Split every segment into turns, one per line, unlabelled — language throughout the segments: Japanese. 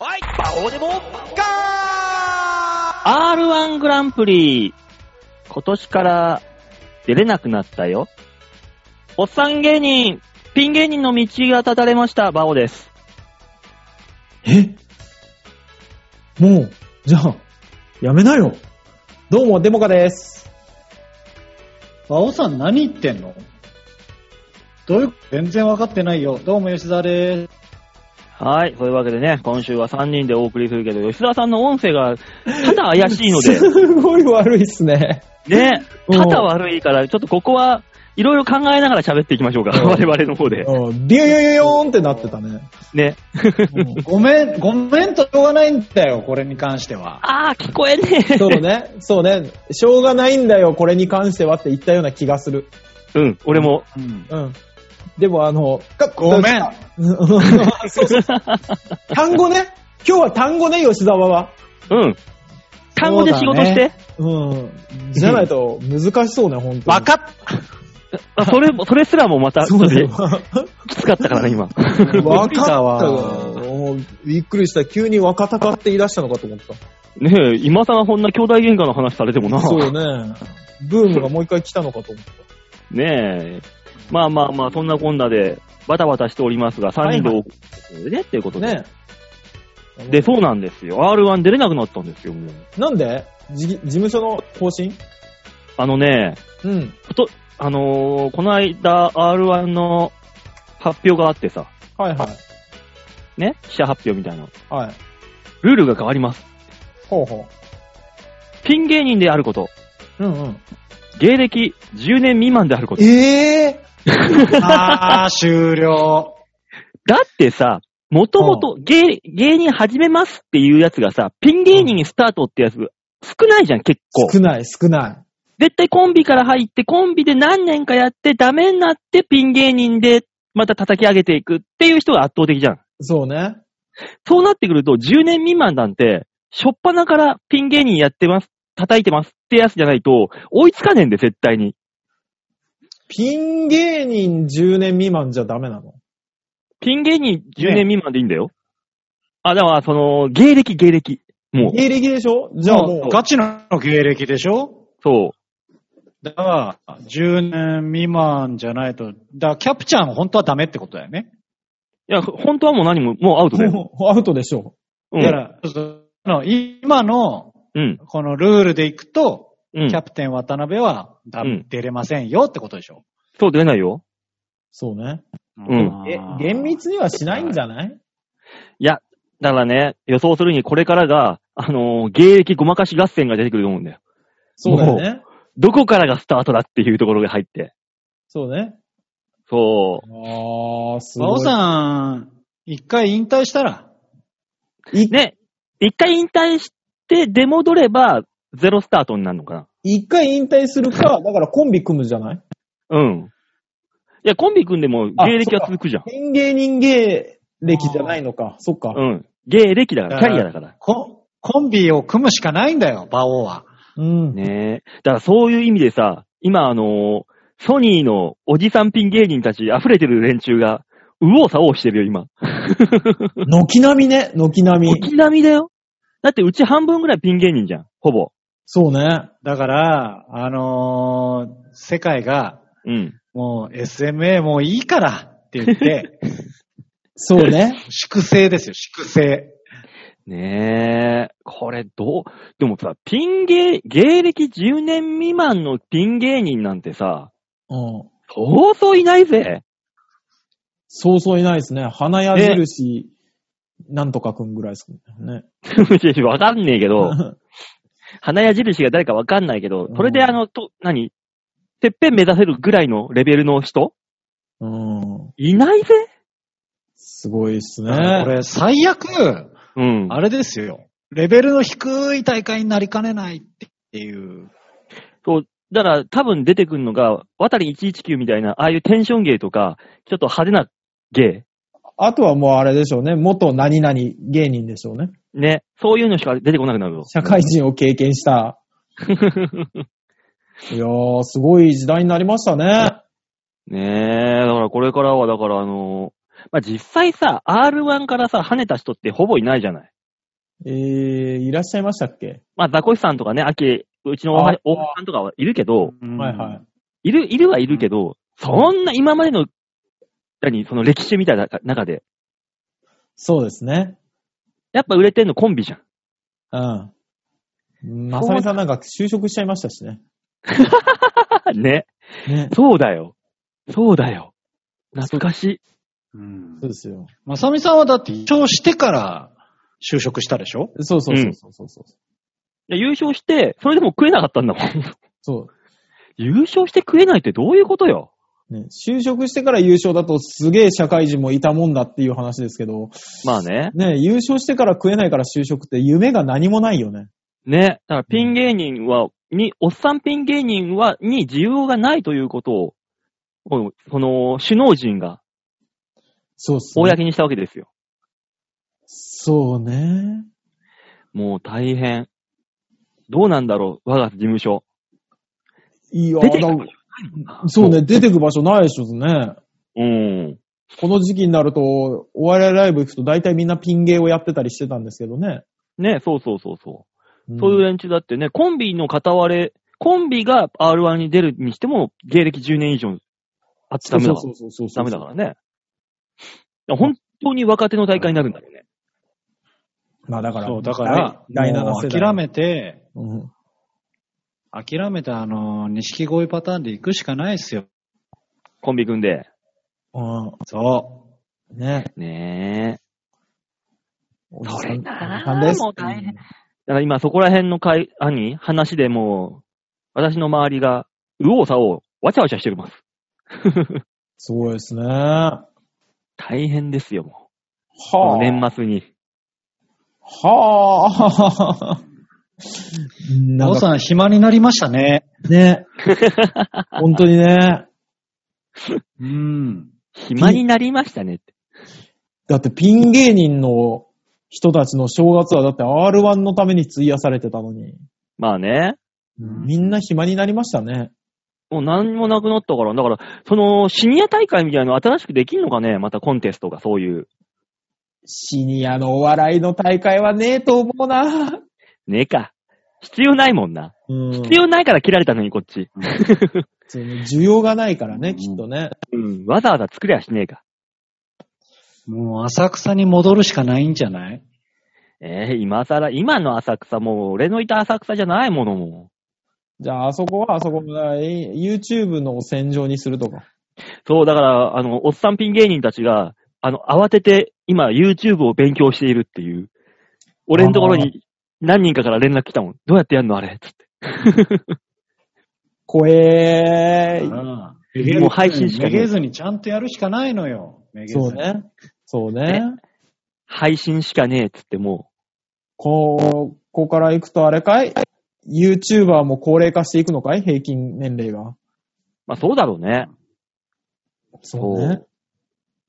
オでもガー
R1 グランプリ、今年から出れなくなったよ。おっさん芸人、ピン芸人の道が立たれました、バオです。
えもう、じゃあ、やめなよ。どうも、デモカです。
バオさん何言ってんのどういうこと全然わかってないよ。どうも吉沢でーす。
はい。そういうわけでね、今週は3人でお送りするけど、吉田さんの音声が、ただ怪しいので、
すごい悪いっすね。
ね、
うん
ただ悪いから、ちょっとここは、いろいろ考えながら喋っていきましょうか。
うん
我々の方で。
うんビューヨヨヨーンってなってたね。
ね。
ごめん、 ごめんとしょうがないんだよ、これに関しては。
あー、聞こえねえ。
そうね。そうね。しょうがないんだよ、これに関してはって言ったような気がする。
うん、俺も。
うん。
うん。でも、あの、 か
ごめん。
うんそ うそう。単語ね。今日は単語ね、吉沢は。
うん。単語で仕事して。
うん。じゃないと難しそうね、本当に。
わかっ
あそれも、それすらもまた、ちょ
そ
っと
うだ
ね
よ。
きつかったからね、今。
わ
びっくりしたわ
もうびっくりした。急に若隆って言い出したのかと思った。
ねえ、今更こんな兄弟喧嘩の話されてもな。
そうね。ブームがもう一回来たのかと思っ
ねえ。まあまあまあ、そんなこんなで、バタバタしておりますが、3人でお送りするのでね、っていうこ
た。
とで。
ね。
で、そうなんですよ。R1 出れなくなったんですよ、もう。
なんでじ事務所の方針
あのね、
うん。
あのー、この間 R1 の発表があってさ、
はいはい。
ね、記者発表みたいな。
はい。
ルールが変わります。
ほうほ
ピン芸人であること、
う。うんうん。
芸歴10年未満であること。
ええ
あー、終了。
だってさ、もともと芸芸人始めますっていうやつがさ、ピン芸人にスタートってやつ、少ないじゃん、結構。
少ない少ない。
絶対コンビから入って、コンビで何年かやって、ダメになって、ピン芸人で、また叩き上げていくっていう人が圧倒的じゃん。
そうね。
そうなってくると、10年未満なんて、しょっぱなからピン芸人やってます、叩いてますってやつじゃないと、追いつかねえんで、絶対に。
ピン芸人10年未満じゃダメなの
ピン芸人10年未満でいいんだよ。あ、だから、その、芸歴、芸歴。もう、
芸歴でしょじゃあも
も
う
う、、ガチの芸歴でしょ
そう。
だから、10年未満じゃないと、だからキャプチャーも本当はダメってことだよね。
いや、本当はもう何も、もうアウトだよ。
もうアウトでしょ。
う
だか
ん。
ら、ちょっとあの今の、
うん。
このルールでいくと、
うん
キ。ャプテン渡辺は、だ
うん
出れませんよってことでしょ。
そう出ないよ。
そうね。
ん
え、厳密にはしないんじゃない
いや、だからね、予想するにこれからが、あのー芸歴ごまかし合戦が出てくると思うんだよ。
そうだよね。
どこからがスタートだっていうところが入って。
そうね。
そう。
ああ、す
馬王さん、一回引退したら、
ね、一回引退して出戻れば、ゼロスタートになるのか
一回引退するか、だからコンビ組むじゃない
な。うん。いや、コンビ組んでも芸歴は続くじゃん。
ピン芸人芸歴じゃないのか。そっか。
うん。芸歴だから、キャリアだから。
ココンビを組むしかないんだよ、馬王は。
うん。
ねえ。だからそういう意味でさ、今あのーソニーのおじさんピン芸人たち溢れてる連中が、右往左往してるよ、今。
軒並みね、軒並み。
沖並みだよ。だってうち半分ぐらいピン芸人じゃん、ほぼ。
そうね。
だから、あのー世界が、
うん。
もう SMA もういいからって 言って、
そうね。
粛清ですよ、粛清。
ねえ。これどう、でもさ、ピン芸、芸歴10年未満のピン芸人なんてさ、
うん。
そうそういないぜ。
そうそういないですね。花矢印、なんとかくんぐらいですね。
わかんねえけ ど、花矢印が誰かわかんないけど、それであの、と、何てっぺん目指せるぐらいのレベルの人
うん。
いないぜ
すごいっす
だから
ね
こ。れ最悪、
うん。
あれですよ、レベルの低い大会になりかねないっていう。
だから多分出てくるのが、渡り119みたいな、ああいうテンション芸とか、ちょっと派手な芸。
あとはもうあれでしょうね。元何々芸人でしょうね。
ね。そういうのしか出てこなくなるよ。
社会人を経験した。いやー、すごい時代になりましたね。
ねえ、だからこれからは、だからあのーまあ、実際さ、R1 からさ、跳ねた人ってほぼいないじゃない。
えー、いらっしゃいましたっけ、
まあ、ザコシさんとかね、秋、うちの大
あ
橋大橋さんとかはいるけど、
はいはい。
いる、いるはいるけど、そんな今までの、何、その歴史みたいな中で、
そうですね。
やっぱ売れてんのコンビじゃん。
うん。まさみさんなんか就職しちゃいましたしね。
ね。
ね。
そうだよ。そうだよ。懐かしい。
うん
そうですよ。
まさみさんはだって、優勝してから就職したでしょ
そうそうそうそうそうそう。
いや優勝して、それでも食えなかったんだも ん。
そ
優勝して食えないってどういうことよ。
う、ね。就職してから優勝だとすげえ社会人もいたもんだっていう話ですけど、
まあね。
ね、優勝してから食えないから就職って夢が何もないよね。
ね。だからピン芸人は、に、おっさんピン芸人は、に需要がないということを、この、その首脳陣が
そうっすね。
公にしたわけですよ。
そうね。
もう大変。どうなんだろう、我が事務所。
いや
出ていく場所
だそうね、出てく場所ないでしょうね。
うん。
この時期になると、お笑いライブ行くと大体みんなピン芸をやってたりしてたんですけどね。
ね、そうそうそうそう。
うん
そういう連中だってね、コンビの片割れ、コンビが R1 に出るにしても、芸歴10年以上あっちゃダメだから
そうそうそうそ
ダ
う
メだからね。本当に若手の大会になるんだろうね。
まあだから、
そう、だから、
第第7
も
世
う
代。
諦めて、
うん
諦めて、あの、錦鯉パターンで行くしかないっすよ。
コンビ組んで。
うん
そ
ね
ねえ。
お
それな
大変です
もう大変。だから今そこら辺の会、何話でもう、私の周りが、右往左往、わちゃわちゃしてます。
すごいですね。は
大変ですよ、もう。この
あ。
年末 に。
はあ。
う。
な
お
んか
さん、暇になりましたね。
ね。本当にね。
うん。
暇になりましたねって。
だってピン芸人の人たちの正月はだって R1 のために費やされてたのに、
まあね。
みんな暇になりましたね。
もう何もなくなったから。だから、その、シニア大会みたいなの新しくできんのかねまたコンテストが、そういう。
シニアのお笑いの大会はねえと思うな。
ねえか。必要ないもんな。
うん。
必要ないから切られたのに、こっち。
その需要がないからね、きっとね。
うん。わざわざ作りゃしねえか。
もう浅草に戻るしかないんじゃない
ええ今さら、今の浅草もう、俺のいた浅草じゃないものも
じゃあ、あそこはあそこだ。え YouTube の戦場にするとか。
う。そう、だから、あの、おっさんピン芸人たちが、あの、慌てて、今、YouTube を勉強しているっていう。俺のところに、何人かから連絡来たもん。どうやってやんのあれつって。
怖えー。
ああ
もう配信しかな
め
い
げずにちゃんとやるしかないのよ。めげずに
そう。ね。そうね。
配信しかねえっつっても
こう、ここから行くとあれかい ?YouTuber も高齢化していくのかい平均年齢が。
う。まあそうだろうね。
そうね。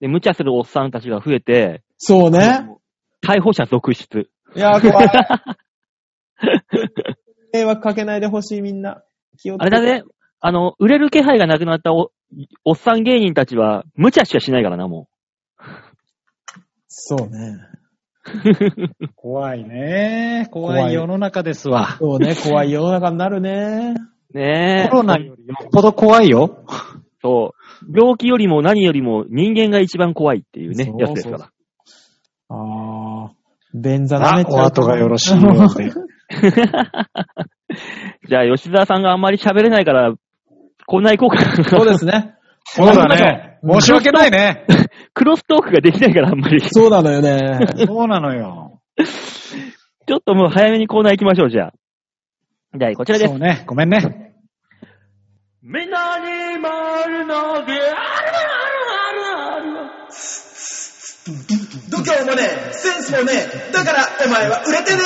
で、無茶するおっさんたちが増えて、
そうね。
逮捕者続出。
いやー、怖い。 迷惑かけないでほしい、みんな。気をつ
あ
け
れ
て
だ。ね、あの、売れる気配がなくなったおおっさん芸人たちは、無茶しかしないからな、も
そうね。
怖いね。
怖
怖
い
い世の中ですわ。
そうね。怖い世の中になるね。
う。ねえ。
コロナよりよっぽど怖いよ。
そう。病気よりも何よりも人間が一番怖いっていうね
そ、う
やつですから。
あー、便座舐め
あ
ちゃ、う
お後がよろしいようで。
じゃあ、吉沢さんがあんまり喋れないから、こんな行こうか。
そうですね。
そうだね。申し訳ないね。
クロストークができないから、あんまり。ち
そうなのよね。
そうなのよ。
ょっともう早めにコーナー行きましょう、じゃあ。じゃあ、こちらです
そ。うね。ごめんね。
みんなに丸投げ、あるあるあるある。
度胸もねえ、センスもねえ、だからお前は売れてね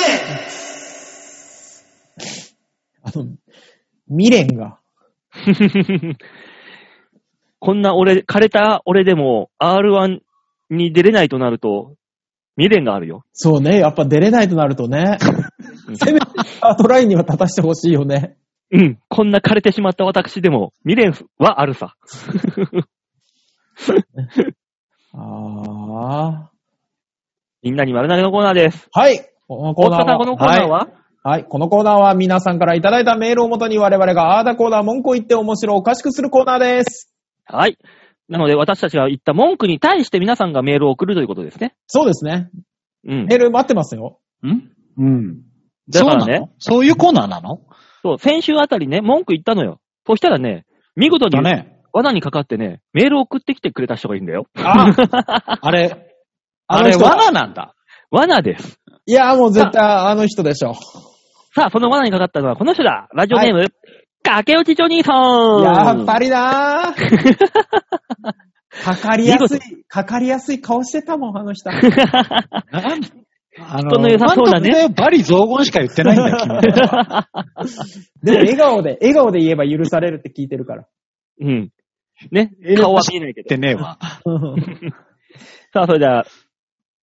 あの、未練が。
こんな俺、枯れた俺でも R1 に出れないとなると、未練があるよ。
そうね。やっぱ出れないとなる とね。せめてスタートラインには立たしてほしいよね。
うん。こんな枯れてしまった私でも、未練はあるさ。
あー。
みんなに丸投げのコーナーです。
はい。このコ
大
ーナ
塚
ー
さん、
は
このコーナーは、
はい。このコーナーは皆さんからいただいたメールをもとに我々があーだコーナー文句を言って面白おかしくするコーナーです。
はい。なので、私たちが言った文句に対して皆さんがメールを送るということですね。
そうですね。
うん。
メール待ってま すよ。
ん
うん。
だからね
そうなのそういうコーナーなの
そう、先週あたりね、文句言ったのよ。そしたらね、見事
だ
に
ね。
罠にかかってね、メールを送ってきてくれた人がいるんだよ。
あ
あれ、
あ
あ
の
れ
人
罠なんだ。
罠です。
いや、もう絶対あの人でしょ。
さあ、その罠にかかったのはこの人だ。ラジオネーム、駆け落ちジョニーさん。
やっぱりなー かかりやすい、かかりやすい顔してたもん、あの人。
なんあ
人の良さそうだね
なんとねバリ雑言しか言ってないんだよ、君たちは
でも笑顔 で、笑顔で言えば許されるって聞いてるから。
うん。ね
メー、ル
顔は
走
見えないけ
言っ
ど
て。ねえわ。
さあ、それでは、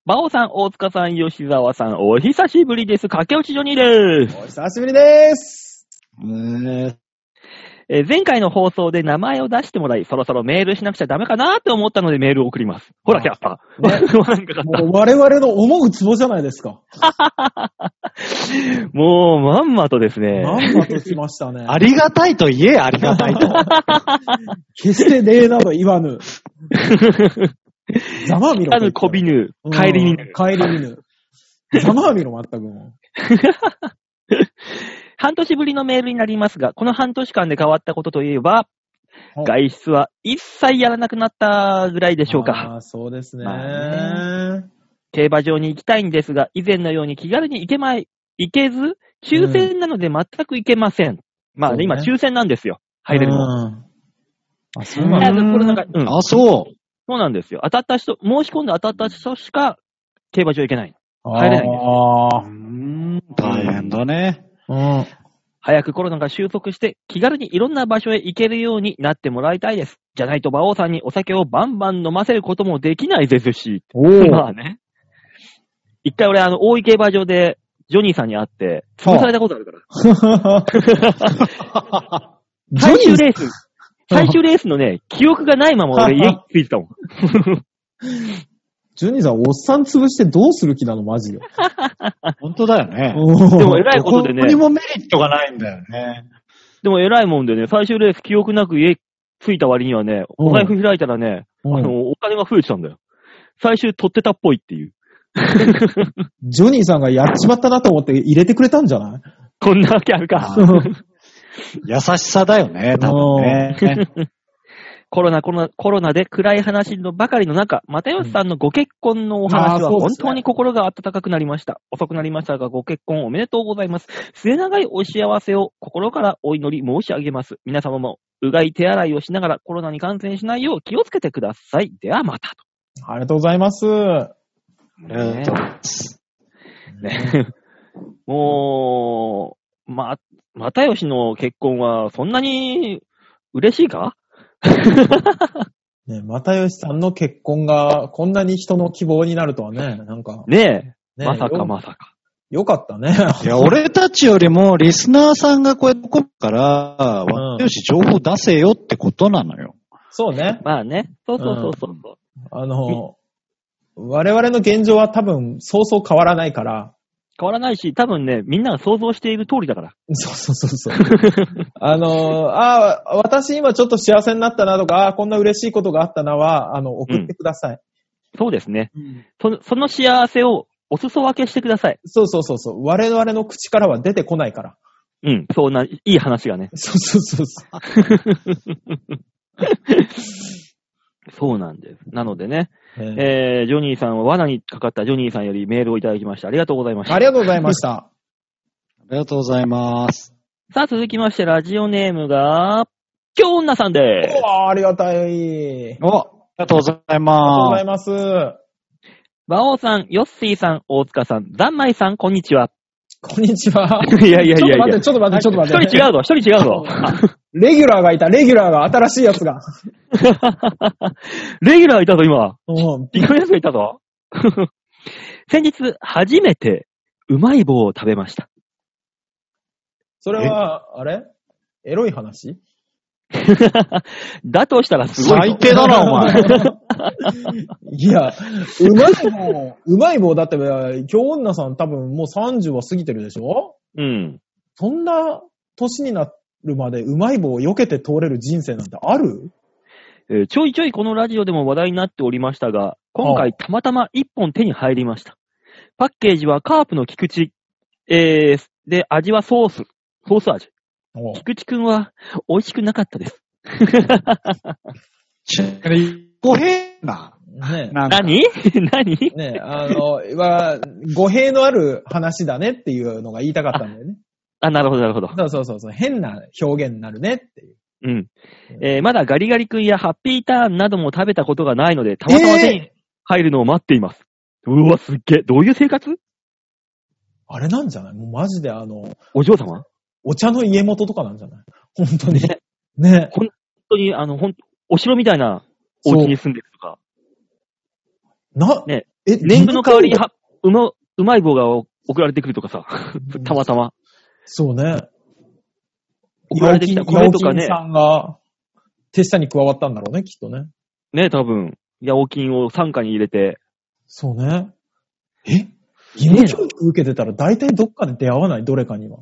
馬王さん、大塚さん、吉沢さん、お久しぶりです。駆け落ちジョニーです。
お久しぶりです。
ね
えー前回の放送で名前を出してもらい、そろそろメールしなくちゃダメかなって思ったのでメールを送ります。ほら、キャッパー。わ なんかかっ
もう我々の思うツボじゃないですか。
たもう、まんまとですね。
まんまときましたね
え。ありがたいと言え、ありがたいと。
決して礼など言わ ぬ。ざまあみろ
あ。の、こびぬ、帰りに。
帰り見ぬ。ざまあみろ、まったくも
半年ぶりのメールになりますが、この半年間で変わったことといえば、
はい
外出は一切やらなくなったぐらいで
で
しょうか。
ああ、そうですね。
ま競馬場に行きたいんですが、以前のように気軽に行けまい、行けず、抽選なので全く行けません。まあね、
そうね
今抽選なんですよ。入れるのは。
うんあ、そう
とりあ
な
え
の
ずコロナ禍うん
あ、そう。
そうなんですよ。当たった人、申し込んで当たった人しか競馬場行けない。帰れないんです
あ
うーん大変だ ね。
あ。 うん。
早くコロナが収束して、気軽にいろんな場所へ行けるようになってもらいたいです。じゃないと馬王さんにお酒をバンバン飲ませることもできないですし。
お
まあね。一回俺、あの、大井競馬場で、ジョニーさんに会って、潰されたことあるから。
ジョ
最
ニ
終
ー、
レー ス、最終レースのね、記憶がないまま俺家に着いてたもん。
ジョニーさん、おっさん潰してどうする気なの、マジで。
本当だよね。
で
で
も偉いことで
どこ
ね、
にもメリットがないんだよね。
でも偉いもんでね、最終レース記憶なく家着いた割にはね、お財布開いたらね、あの、お金が増えてたんだよ。最終取ってたっぽいっていう。
ジョニーさんがやっちまったなと思って入れてくれたんじゃない
こんなわけある
あ
か。
優しさだよね、多分ね。
コロナ、コロナ、コロナで暗い話のばかりの中、又吉さんのご結婚のお話は
うんあーそう
本
ですね
当に心が温かくなりました。遅くなりましたが、ご結婚おめでとうございます。末長いお幸せを心からお祈り申し上げます。皆様も、うがい手洗いをしながらコロナに感染しないよう気をつけてください。ではまた
ありがとうございます。
と。ね。 もう、ま、又吉の結婚はそんなに嬉しいか
ね、又吉さんの結婚がこんなに人の希望になるとはね、なんか、
ねえ。
ね、
まさか
よ
まさか。
よかった ね。
いや、俺たちよりもリスナーさんがこうやって来るから、
ん
よし、情報出せよってことなのよ。
そうね。
まあね。そうそうそうそう。
あの、我々の現状は多分、そうそう変わらないから、
変わらないし、多分ね、みんなが想像している通りだから。
そうそうそうそう。 あの、ああ、私今ちょっと幸せになったなとか、ああ、こんな嬉しいことがあったなは、あの、送ってください。
そうですね。そのその幸せをお裾分けしてください。
そうそうそうそう。我々の口からは出てこないから。
うん。そうな、いい話がね。
そうそうそうそう。
そうなんです。なのでね、
え
えー、ジョニーさんは罠にかかったジョニーさんよりメールをいただきました。ありがとうございまし
ー
た
あ。りがとうございました。
ありがとうございます。
さあ、続きまして、ラジオネームが、京女さんで
う
す。
わあ、ありがたい。
お、ありがとうござい
ありがとうご
ま
ざい
す。
ます。
馬王さん、ヨッシーさん、大塚さん、ザンマイさん、こんにちは。
こんにちは。
いやいやいやいや
ちょっと待って、ちょっと待
一
って、
人
ちょっと待って。
違うぞ、一人違う ぞ。
レギュラーがいた、レギュラーが、新しいやつが。
レギュラーいたぞ、今。
うん。
いろんなやつがいたぞ。 先日、初めて、うまい棒を食べました。
それは、あれエロい話
だとしたらすごいぞ
最。低だな、お前。
いや、うまい棒、うまい棒だって、京女さん多分もう30は過ぎてるでしょ
うん。
そんな年になるまでうまい棒を避けて通れる人生なんてある
えーちょいちょいこのラジオでも話題になっておりましたが、今回たまたま一本手に入りました。パッケージはカープの菊池、えー、で、味はソース、ソース味。
おう
菊池くんは美味しくなかった です。
語弊な。
ね
なんか
何 何
え、ねえ、あの、は、語弊のある話だねっていうのが言いたかったんだよね。
あ、なるほど、なるほど。
そうそうそうそう、変な表現になるねっていう。
うん。えーまだガリガリ君やハッピーターンなども食べたことがないので、たまたま手に入るのを待っています。うわ、すっげえ。どういう生活
あれなんじゃないもうマジであの、
お嬢様本
お茶の家元とかなんじゃない本当に。ね
当に、あの、ほん、お城みたいなお家に住んでるとか、
え。な、
ね
え、
年貢の代わりに
自分
はうま、うまい棒が送られてくる とかさ、たまたま。
そうね。
送られてきた米とかね
ヤオキンさんが、手下に加わったんだろうね、きっとね。
ね、多分、ヤオキンを傘下に入れて、
そうね。え義務教育受けてたら大体どっかで出会わない、どれかには。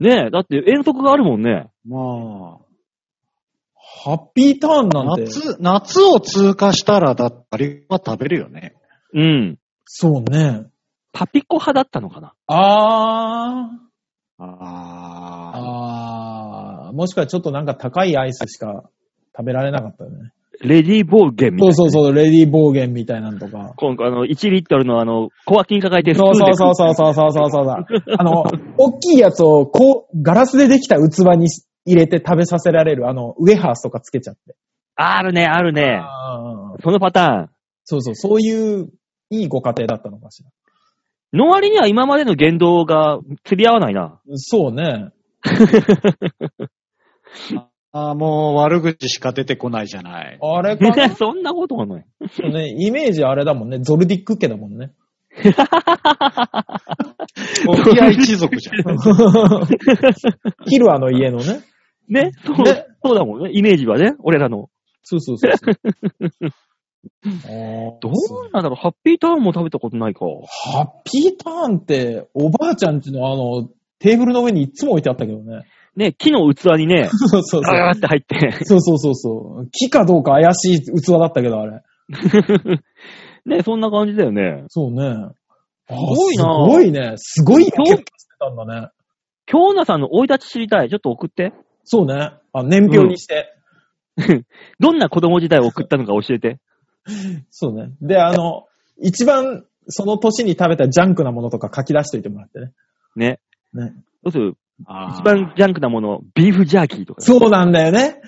ね、だって遠足があるもんね。
ま
ハッピーターンな
あ、
んて。
夏、夏を通過したら、だって、あれは食べるよね。
うん。
そうね。
パピコ派だったのかな
あー。
ああ。
あー。もしくはちょっとなんか高いアイスしか食べられなかったよね。
レディーボーゲンみたい
そう
な。
そうそう、レディー暴言みたいなのとか。
今回、あの、1リットルのあの、小脇に抱えてスプ
そ
ーン
う
で
そうそうそうそうそうそうそう。あの、大きいやつをこう、ガラスでできた器にし入れて食べさせられる、あの、ウェハースとかつけちゃって。
あるね、あるね。
あー
そのパタ
そうそう、そういう、いいご家庭だったのかしら。
ーン。の割には今までの言動が釣り合わないな。
そうね。
あーもう悪口しか出てこないじゃない。
あれかな
そんなことは ない。
そうね、イメージあれだもんね。ゾルディック家だもんね。
沖合一族じゃん。
キルアの家のね。
ね、そう、
ね
そうだもんね。イメージはね、俺らの。
そうそうそう そう。あー
どうなんだろう、ハッピーターンも食べたことないか。
ハッピーターンって、おばあちゃんちのあの、テーブルの上にいつも置いてあったけど ね。
ね、木の器に ね、
そうそうそう。
ガーって入って。
そうそうそうそう。木かどうか怪しい器だったけど、あれ。
ね、そんな感じだよね。
そうね。す
ごいな
すごいね。すごいよ。結構してたんだね。
京奈さんの生い立ち知りたい。ちょっと送って。
そうね。あ、年表にして。
どんな子供時代を送ったのか教えて。
そうね。で、あの、一番その年に食べたジャンクなものとか書き出しといてもらってね。
ね。
ね。
どうする
あー
一番ジャンクなもの、ビーフジャーキーとか。
そうなんだよね。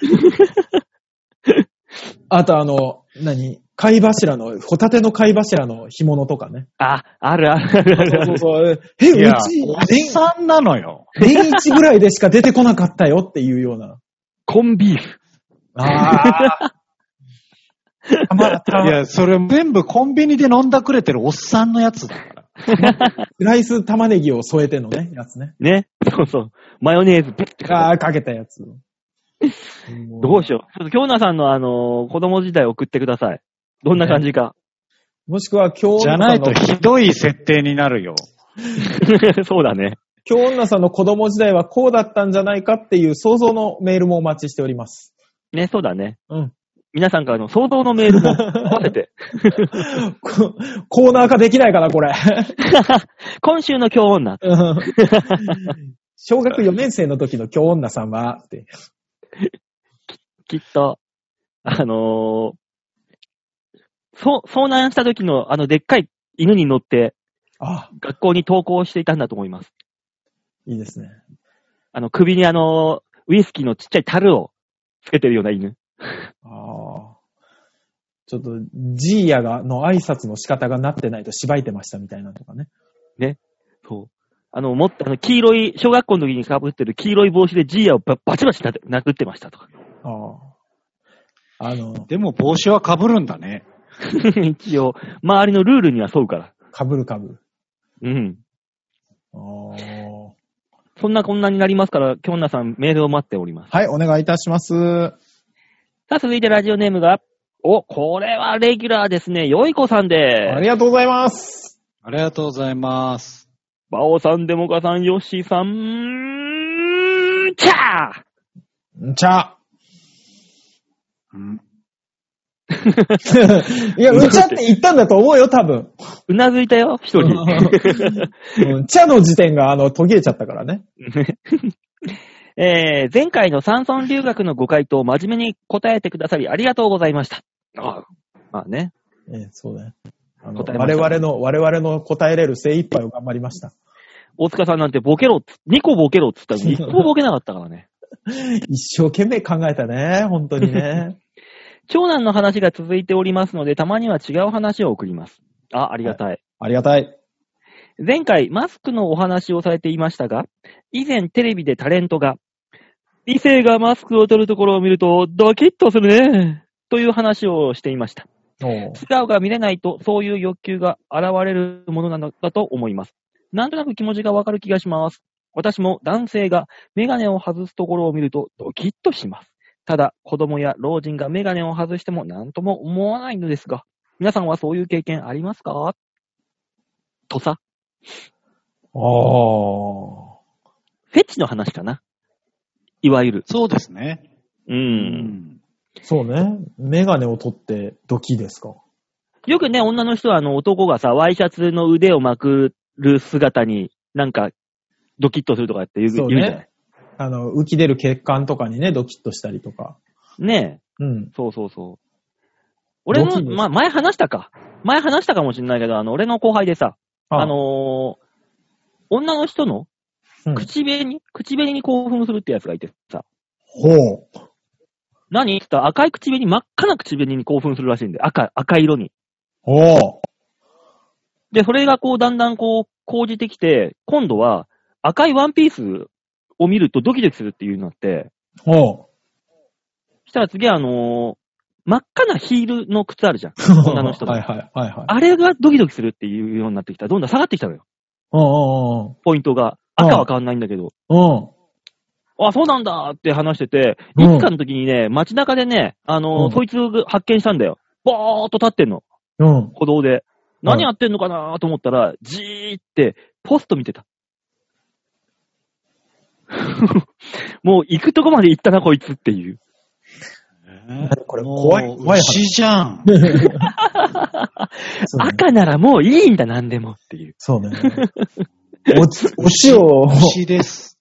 あとあの、何貝柱の、ホタテの貝柱の干物とかね。
あ、あるあるあるあ
そう
るあ
そ
る。
うそう。え、
いや
うち、
おじさんなのよ。
年、年一ぐらいでしか出てこなかったよっていうような。
コンビーフ。
ああ。たま、た
いや、それ全部コンビニで飲んだくれてるおっさんのやつだから。
スライス玉ねぎを添えてのね、やつね。
ね。そうそう。マヨネーズ、ペッてかけて
ああ、かけたやつ。
どうしよう。ちょっと京奈さんのあのー子供時代送ってください。どんな感じか。
もしくは、京
じゃ
女
な
さんの
いと、ひどい設定になるよ。
そうだね。
京女さんの子供時代はこうだったんじゃないかっていう想像のメールもお待ちしております。
ね、そうだね。
うん。
皆さんからの想像のメー ルも合わせて。
こコーナー化できないかな、これ。
今週の京 女。
うん小学4年生の時の京女さんは、って。
きっと、あのーそう、遭難した時のあのでっかい犬に乗って
あ、
学校に登校していたんだと思います。
いいですね。
あの、首にあのーウイスキーのちっちゃい樽をつけてるような犬。
ああ。ちょっと、ジーヤが、の挨拶の仕方がなってないとしばいてましたみたいなのとかね。
そう。あの、もっと、あの、黄色い、小学校の時に被ってる黄色い帽子でジーヤをババチバチな殴ってましたとか。
ああ。あの、
でも帽子は被るんだね。
一応、周りのルールには沿うから。
かぶるかぶる。
うん。
ああ。
そんなこんなになりますから、きょんなさんメールを待っております。
はい、お願いいたします。
さあ、続いてラジオネームが、お、これはレギュラーですね。よいこさんで
あ
す。
りがとうございます。
ありがとうございます。
バオさん、デモカさん、ヨッシーさん、キャー
ちゃ。
うん、
いや、うちゃって言ったんだと思うよ、多分。
うなずいたよ、一人。
うん、ちゃの時点が、あの、途切れちゃったからね。
えー、前回の山村留学のご回答、真面目に答えてくださり、ありがとうございました。あまあね。
ええそうね。あの
答えま
我
した
々の、我々の答えれる精一杯を頑張り ました。
大塚さんなんてボケろっつ、2個ボケろっつったのに、1個ボケなかったからね。
一生懸命考えたね、本当にね。
長男の話が続いておりますので、たまには違う話を送ります。あ、 ありがたい。
ありがたい。
前回、マスクのお話をされていましたが、以前テレビでタレントが、異性がマスクを取るところを見ると、ドキッとするね、という話をしていました。
おう
素顔が見れないと、そういう欲求が現れるものなのだと思います。なんとなく気持ちがわかる気がします。私も男性がメガネを外すところを見るとドキッとします。ただ、子供や老人がメガネを外しても何とも思わないのですが、皆さんはそういう経験ありますかとさ、
あ
フェチの話かな。いわゆる。
そうですね。
う。。
うん
あ。そうね。メガネを取ってドキですか。
よくね、女の人はあの男がさ、ワイシャツの腕をまくる姿に、なんか、ドキッとするとかって言う
そう
言うじゃない
ね。あの、浮き出る血管とかにね、ドキッとしたりとか。
ねえ。
うん。
そうそうそう。俺
ド
の、
キドキ
まあ、前話したか。前話したかもしれないけど、あの、俺の後輩でさ、あ、のー女の人の
うん
口紅、口紅に興奮するってやつがいてさ、
ほう。
何って言ったら赤い口紅、真っ赤な口紅に興奮するらしいんで、赤、赤色に。
ほ
で、それがこう、だんだんこう、講じてきて、今度は赤いワンピースを見るとドキドキするっていうようになって、
う。ほ
したら次あのー真っ赤なヒールの靴あるじゃん。
う。
女の人の
はいはいはいはい。
あれがドキドキするっていうようになってきた。どんどん下がってきたのよ。
うん
ポイントが。
うん
赤は変わんないんだけど。
うんうん。うん。
あ、そうなんだって話してて、い
うん
つかの時にね、街中でね、あのー
うん
そいつが発見したんだよ。ぼーっと立ってんの。
うん。
歩道で。何やってんのかなと思ったら、じーって、ポスト見てた。 もう行くとこまで行ったな、こいつっていう。
えー
これ怖い
もう
怖い話
牛じゃん。
そうね。
赤ならもういいんだ、なんでもっていう。
そう ね。おち、おちを、
牛です。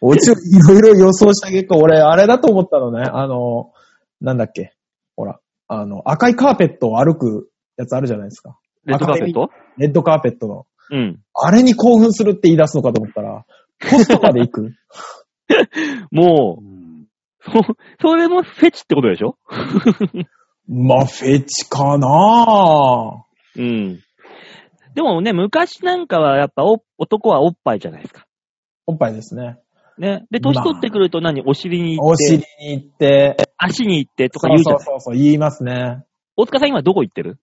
おちをいろいろ予想した結果、俺、あれだと思ったのね。あの、なんだっけ。ほら、あの、赤いカーペットを歩くやつあるじゃないですか。
レッドカーペット
レッドカーペットの。
うん。
あれに興奮するって言い出すのかと思ったら、ポストまで 行く。
も
うん
う、そ、それもフェチってことでしょ
まあ、フェチかな
うん。でもね、昔なんかはやっぱお男はおっぱいじゃないですか。
おっぱいですね。
ね。で、年取ってくると何お尻に行
お
っ
尻
て、
に行って、
足に行ってとか
そ
言う
う
じゃな
そう
い
そうそう、言いますね。
大塚さん今どこ行ってる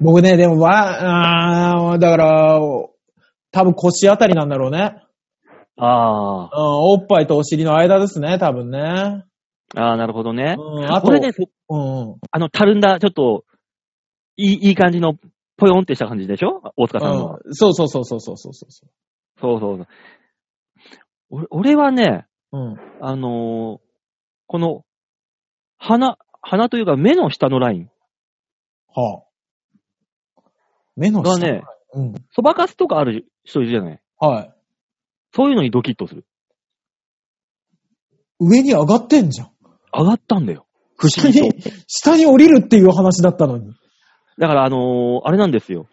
僕ね、でも、わ、あーだから、多分腰あたりなんだろうね。
あ
うん、おっぱいとお尻の間ですね、多分ね。
あ。ああ、なるほどね。
うん、あと、
これね、そ
うんうん、
あの、たるんだ、ちょっと、いい、いい感じの、ぽよんってした感じでしょ大塚さんのは。
うん。そうそうそうそうそうそうそ
そうそうそう。俺俺はね、
う。うん。
あのーこの、鼻、鼻というか目の下のライン
はあ。目の
が
下。
ね、
うん。
そばかすとかある人いるじゃない
はい。
そういうのにドキッとする。
上に上がってんじゃん。
上がったんだよ。不
下
思議と
に、下に降りるっていう話だったのに。
だからあのーあれなんですよ。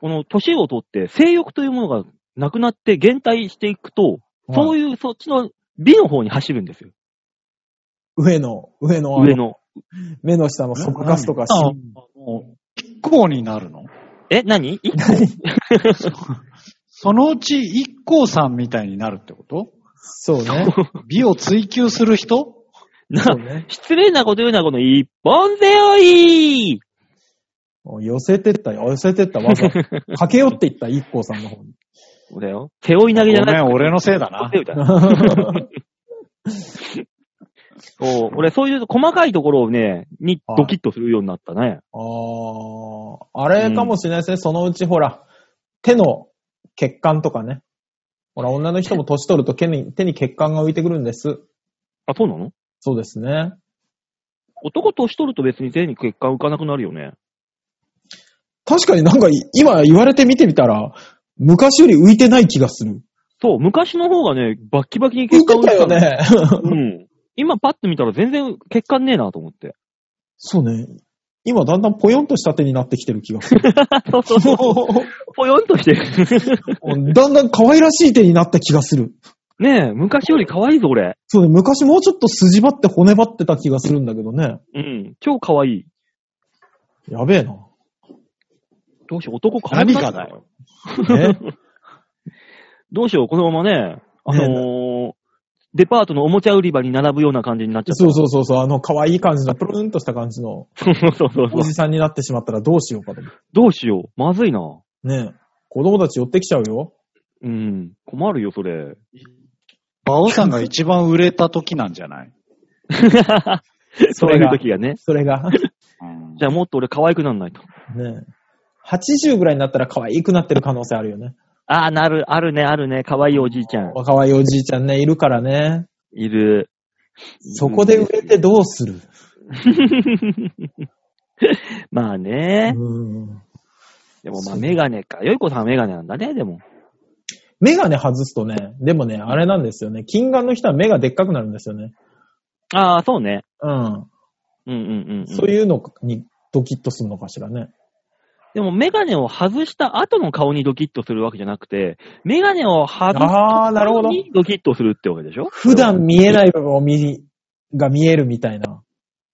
この年をとって性欲というものがなくなって減退していくと、そう
はい
いうそっちの美の方に走るんですよ。
上の、上の、
上の。
目の下のそばかすとか、
あ
し
もう、一個になるの
え、何一個
そのうち一個さんみたいになるってこと
そう ね。
美を追求する人
な
そうね。
失礼なこと言うな、この一本背負い
寄せてったよ、寄せてったわざわざ駆け寄っていった、一光さんの方に。
そうだよ。背負い投げじゃ
ご
な
め
い。
ん、俺のせいだな
背。負い投げそう、俺そういう細かいところをね、に
はい
ドキッとするようになったね。
ああ、あれかもしれないですね。そのうちほら、手の血管とかね。ほら、女の人も年取ると手に 手に血管が浮いてくるんです。
あ、そうなの
そうですね。
男年取ると別に手に血管浮かなくなるよね。
確かになんかい今言われて見てみたら、昔より浮いてない気がする。
そう、昔の方がね、バッキバキに
浮
血
い
管
て
浮い
た
て
よ
たの。
ね。
うん。今パッと見たら全然血管ねえなと思って。
そうね。今だんだんぽよんとした手になってきてる気が する。
そうそうそう。ぽよんと してる。
だんだん可愛らしい手になった気がする。
ねえ、昔より可愛いぞ、俺。
そうね、昔もうちょっと筋張って骨張ってた気がするんだけどね。
うん。超可愛い。
やべえな。
どうしよう、男可愛
何がだよ。
ね、
どうしよう、このままね、あのー、デパートのおもちゃ売り場に並ぶような感じになっちゃった。
そうそうそうそう、あの可愛い感じの、プルーンとした感じの
そうそうそうそ
お
う。
じさんになってしまったらどうしようかと思
どうしよう、まずいな。
う。ね子供たち寄ってきちゃうよ。
うん。困るよ、そ れ。
バオさんが一番売れた時なんじゃない、
そ
そう
い
れ
う
が
時がね。
それが。
うん
じゃあもっと俺可愛くなんないと。
ね80ぐらいになったら可愛くなってる可能性あるよね。
ああ、なる、あるね、あるね。可愛いおじいちゃん。
可愛いおじいちゃんね、いるからね。
いる。
そこで売れてどうする
まあね。
うん
でもまあメガネか。よいこさんはメガネなんだね、でも。
メガネ外すとね、でもね、あれなんですよね。近眼の人は目がでっかくなるんですよね。
ああ、そうね。
うん。
うんうんうん、うん。
そういうのにドキッとするのかしらね。
でも、メガネを外した後の顔にドキッとするわけじゃなくて、メガネを外し
ああ、
た
なるほ
後
ど。
にドキッとするってわけでしょ
普段見えない部分を見が見えるみたいな。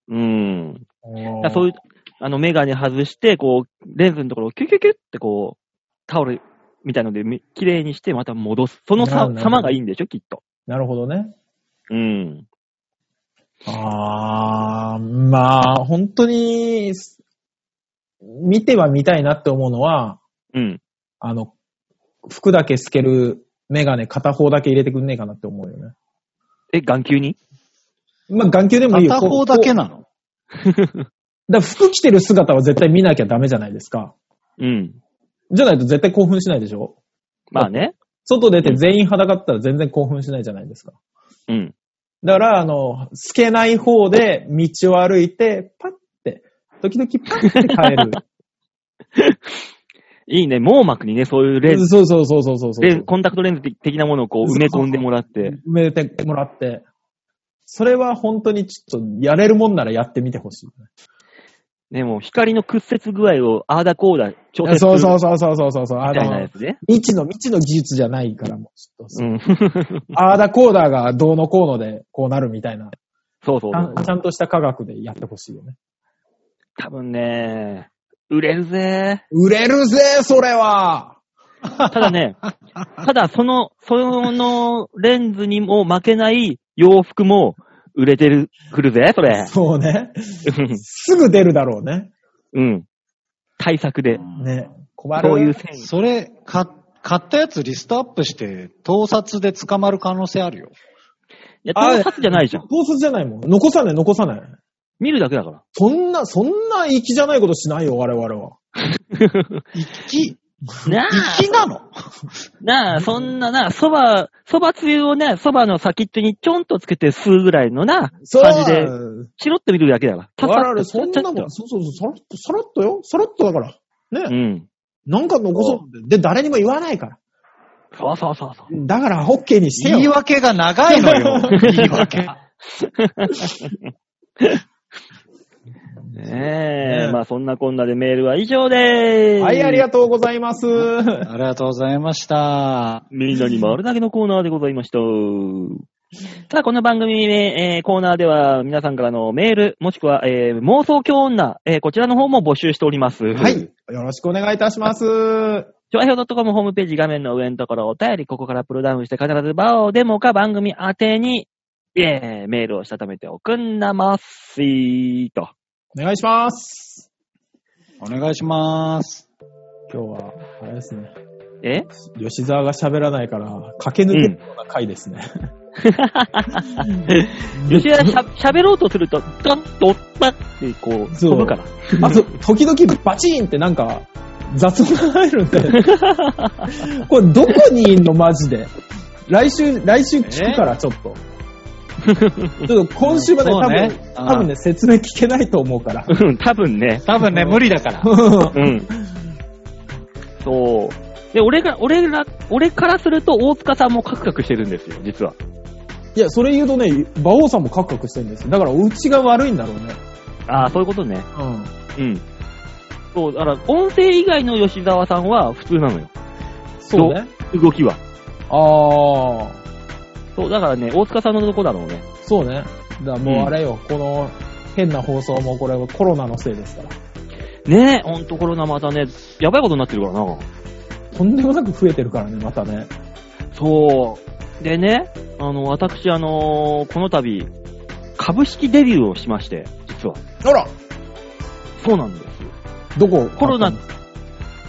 うん。だからそういう、あの、メガネ外して、こう、レンズのところをキュキュキュってこう、タオルみたいのでみ、綺麗にしてまた戻す。その
なる
さ
ほど
様がいいんでしょきっと。
なるほどね。
うん。
ああ、まあ、本当に、す見ては見たいなって思うのは、
うん。
あの、服だけ透けるメガネ片方だけ入れてくんねえかなって思うよね。
え、眼球に
まあ、眼球でもいいよ。
片
こ
方
う
だけ
こ
なの
うだから服着てる姿は絶対見なきゃダメじゃないですか。
うん。
じゃないと絶対興奮しないでしょ
まあね。
外出て全員裸だったら全然興奮しないじゃないですか。
うん。
だから、あの、透けない方で道を歩いて、パッて、時々パッて帰 る。
いいね。網膜にね、そういうレンズ、
そうそうそうそうそうそう。
レンコンタクトレンズ的なものをこう埋め込んでもらって。
埋めてもらって。それは本当にちょっとやれるもんならやってみてほしい。
ね、もう光の屈折具合をあーだこうだ調節する
そう
み
そうそうそうそうそうそう。あ
たいなや
の、
つね。
未知の未知の技術じゃないからもうちょっと、
うん。
あーだこーだがどうのこうのでこうなるみたいな、ち
そうそうそ
ゃ
うん
ちゃんとした科学でやってほしいよね。
多分ね、売れるぜ。
売れるぜ、それは
ただね、 ただその、そのレンズにも負けない洋服も売れてる、くるぜ、そ れ。
そうね。すぐ出るだろうね。
うん。対策で。
ね。困る。
そういう繊維。
それ、か、買ったやつリストアップして、盗撮で捕まる可能性あるよ。
いや、盗撮じゃないじゃん。
盗撮じゃないもん。残さない、残さない。
見るだけだから。
そんな、そんな粋じゃないことしないよ、我々は。
粋
な
粋なの
あ、なあ、そんなな、そば、そばつゆをね、そばの先っちょにちょんとつけて吸うぐらいのな、感じで、
う。
チロッと見るだけだから。パ
我
パッ
々、
と
そんな
ちょ
も
っ
ん、そうそうそう、さらっと、さらっとよ。さらっとだから。
とう
ね。
ん。
なんか残そうなんて。で、誰にも言わないから。
そうそうそうそう。
だから、ホッケーにしてよ。
言い訳が長いの よ。言い 訳。
ねえ、
ね
まあそんなこんなでメールは以上でーす。
はい、ありがとうございます。
ありがとうございました。
みんなに丸投げのコーナーでございました。さあ、この番組、えーコーナーでは皆さんからのメール、もしくは、えー妄想狂女、えーこちらの方も募集しております。
は。い。よろしくお願いいたします。
ちょわひょう .com ホームページ画面の上のところお便り、ここからプロダウンして必ずバオデモか番組宛てに、えーメールをしたためておくんなまっしーと。
お願いします。
お願いします。
今日は、あれですね。
え
吉沢が喋らないから、駆け抜けるような回ですね。
吉田しゃ喋ろうとすると、ドンとパッってこう、
そう
飛ぶから。
あと、時々バチーンってなんか、雑音が入るんで。これどこにいんのマジで。来週、来週聞くから、ちょっと。ちょっと今週まで
うん
多
そう
分、
ね
多分ね、説明聞けないと思うから。
うん、多分ね。
多分ね、無理だから。
うん。そう。で、俺が、俺ら、俺からすると大塚さんもカクカクしてるんですよ、実は。
いや、それ言うとね、馬王さんもカクカクしてるんですよだから、お家が悪いんだろうね。
ああ、そういうことね。
うん。
うん。そう、だから、音声以外の吉沢さんは普通なのよ。
そうね。
動きは。
あー。
そう、だからね、大塚さんのとこだろうね。
そうね。だからもうあれよ、この変な放送もこれはコロナのせいですから。
ねえ、ほんとコロナまたね、やばいことになってるからな。
とんでもなく増えてるからね、またね。
そう。でね、あの、私、あのーこの度、株式デビューをしまして、実は。
あら
そうなんですよ。
どこ
コロナ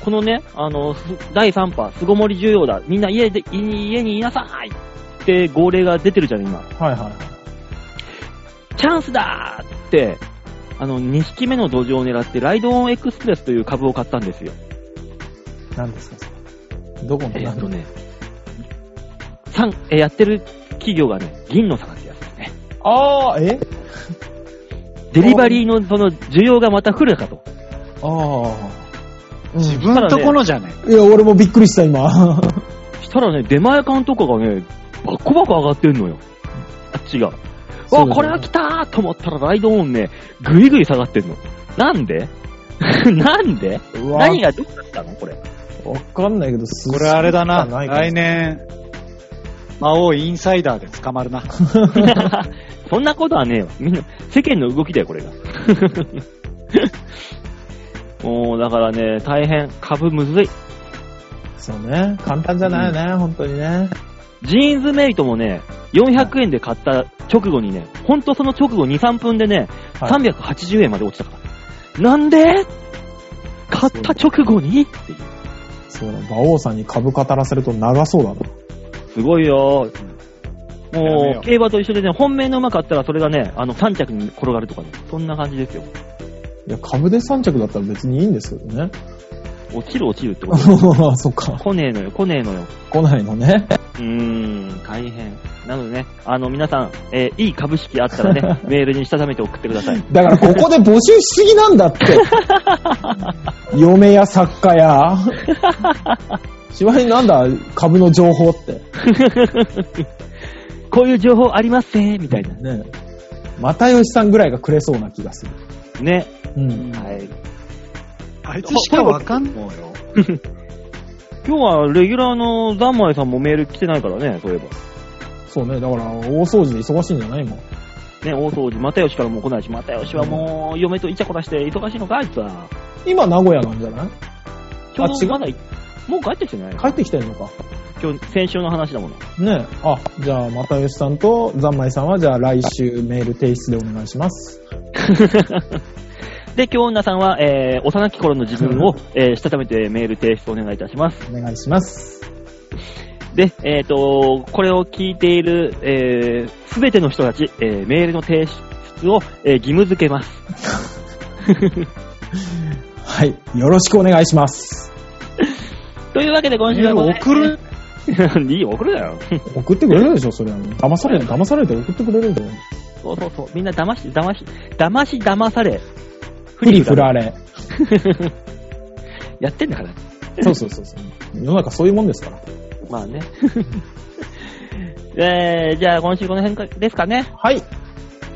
このね、あの、す第3波、巣ごもり需要だ。みんな家で、い家にいなさいって号令が出てるじゃん、今。
はいはい。
チャンスだーって、あの、2匹目の土壌を狙って、ライドオンエクスプレスという株を買ったんですよ。
何ですかそれどこの
えーっと
何
ね、三えーやってる企業がね、銀の坂ってやつですね。
ああ、え
デリバリーのその需要がまた来るかと。
ああ。
自分とこのじゃね
いや、俺もびっくりした、 今。
したらね、出前館とかがね、バコバコ上がってんのよ。あっちが。
そうだ
わ、
ね
これは来たーと思ったらライドオンね、ぐいぐい下がってんの。なんで なんで
うわ
何がどうだったの これ。
わかんないけど、す
これあれだな。
いから
来年、魔王インサイダーで捕まるな。
そんなことはねえよ。みんな、世間の動きだよ、これが。 もう、だからね、大変、株むずい。
そうね。簡単じゃないよね、本当にね。
ジーンズメイトもね、400円で買った直後にね、ほんとその直後2、3分でね、
はい
380円まで落ちたから。なんで買った直後にっていう。
そうだ、馬王さんに株語らせると長そうだな。
すごいよ。
やめ
も
よ
う、
う
競馬と一緒でね、本命の馬買ったらそれがね、あの、3着に転がるとかね、そんな感じですよ。
いや、株で3着だったら別にいいんですけどね。
落ちる落ちるって こと。
あ そっか。
来ねえのよ、来ねえのよ。
来ないのね。
うーん、大変。なのでね、あの、皆さん、えーいい株式あった らね、メールにしたためて送ってください。
だからここで募集しすぎなんだって。 嫁や作家や。 しばりなんだ、株の情報って。
こういう情報ありますね、みたいな。
ね又吉さんぐらいがくれそうな気がする。
ね。
うん。
はい。
あいつしかわかんないよ。
今日はレギュラーのザンマイさんもメール来てないからね、そういえば。
そうね、だから大掃除で忙しいんじゃないもん。
ね、大掃除、又吉からも来ないし、又吉はもう、嫁とイチャコラして忙しいのか、あいつは。
今名古屋なんじゃない
今日
違う
まだい、もう帰ってきてない
帰ってきてんのか。
今日、先週の話だもの。
ねあ、じゃあ又吉さんとざんまいさんはじゃあ来週メール提出でお願いします。
で、今日女さんは、えー、幼き頃の自 分を、えー、したためてメール提出お願いいたします。
お願いします。
で、えっ、と、これを聞いている、えすべての人たち、えーメールの提出を、えー義務付けます。
はい、よろしくお願いします。
というわけで今週
メー
は
ル
この
送る
いいよ、送るだよ。
送ってくれるでしょ、それはもう。騙される、騙されて送ってくれるでし
そ
ょ。
うそうそう。みんな騙し、騙し、騙し、騙され。
フリフラれ。
やってんだから。
そうそうそうそう。世の中そういうもんですから。
まあね。 えー、じゃあ今週この辺かですかね。
はい。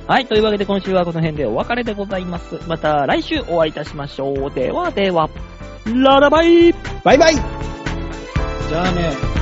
はい。というわけで今週はこの辺でお別れでございます。また来週お会いいたしましょう。ではでは、ララバイ
バイバイ
じゃあね。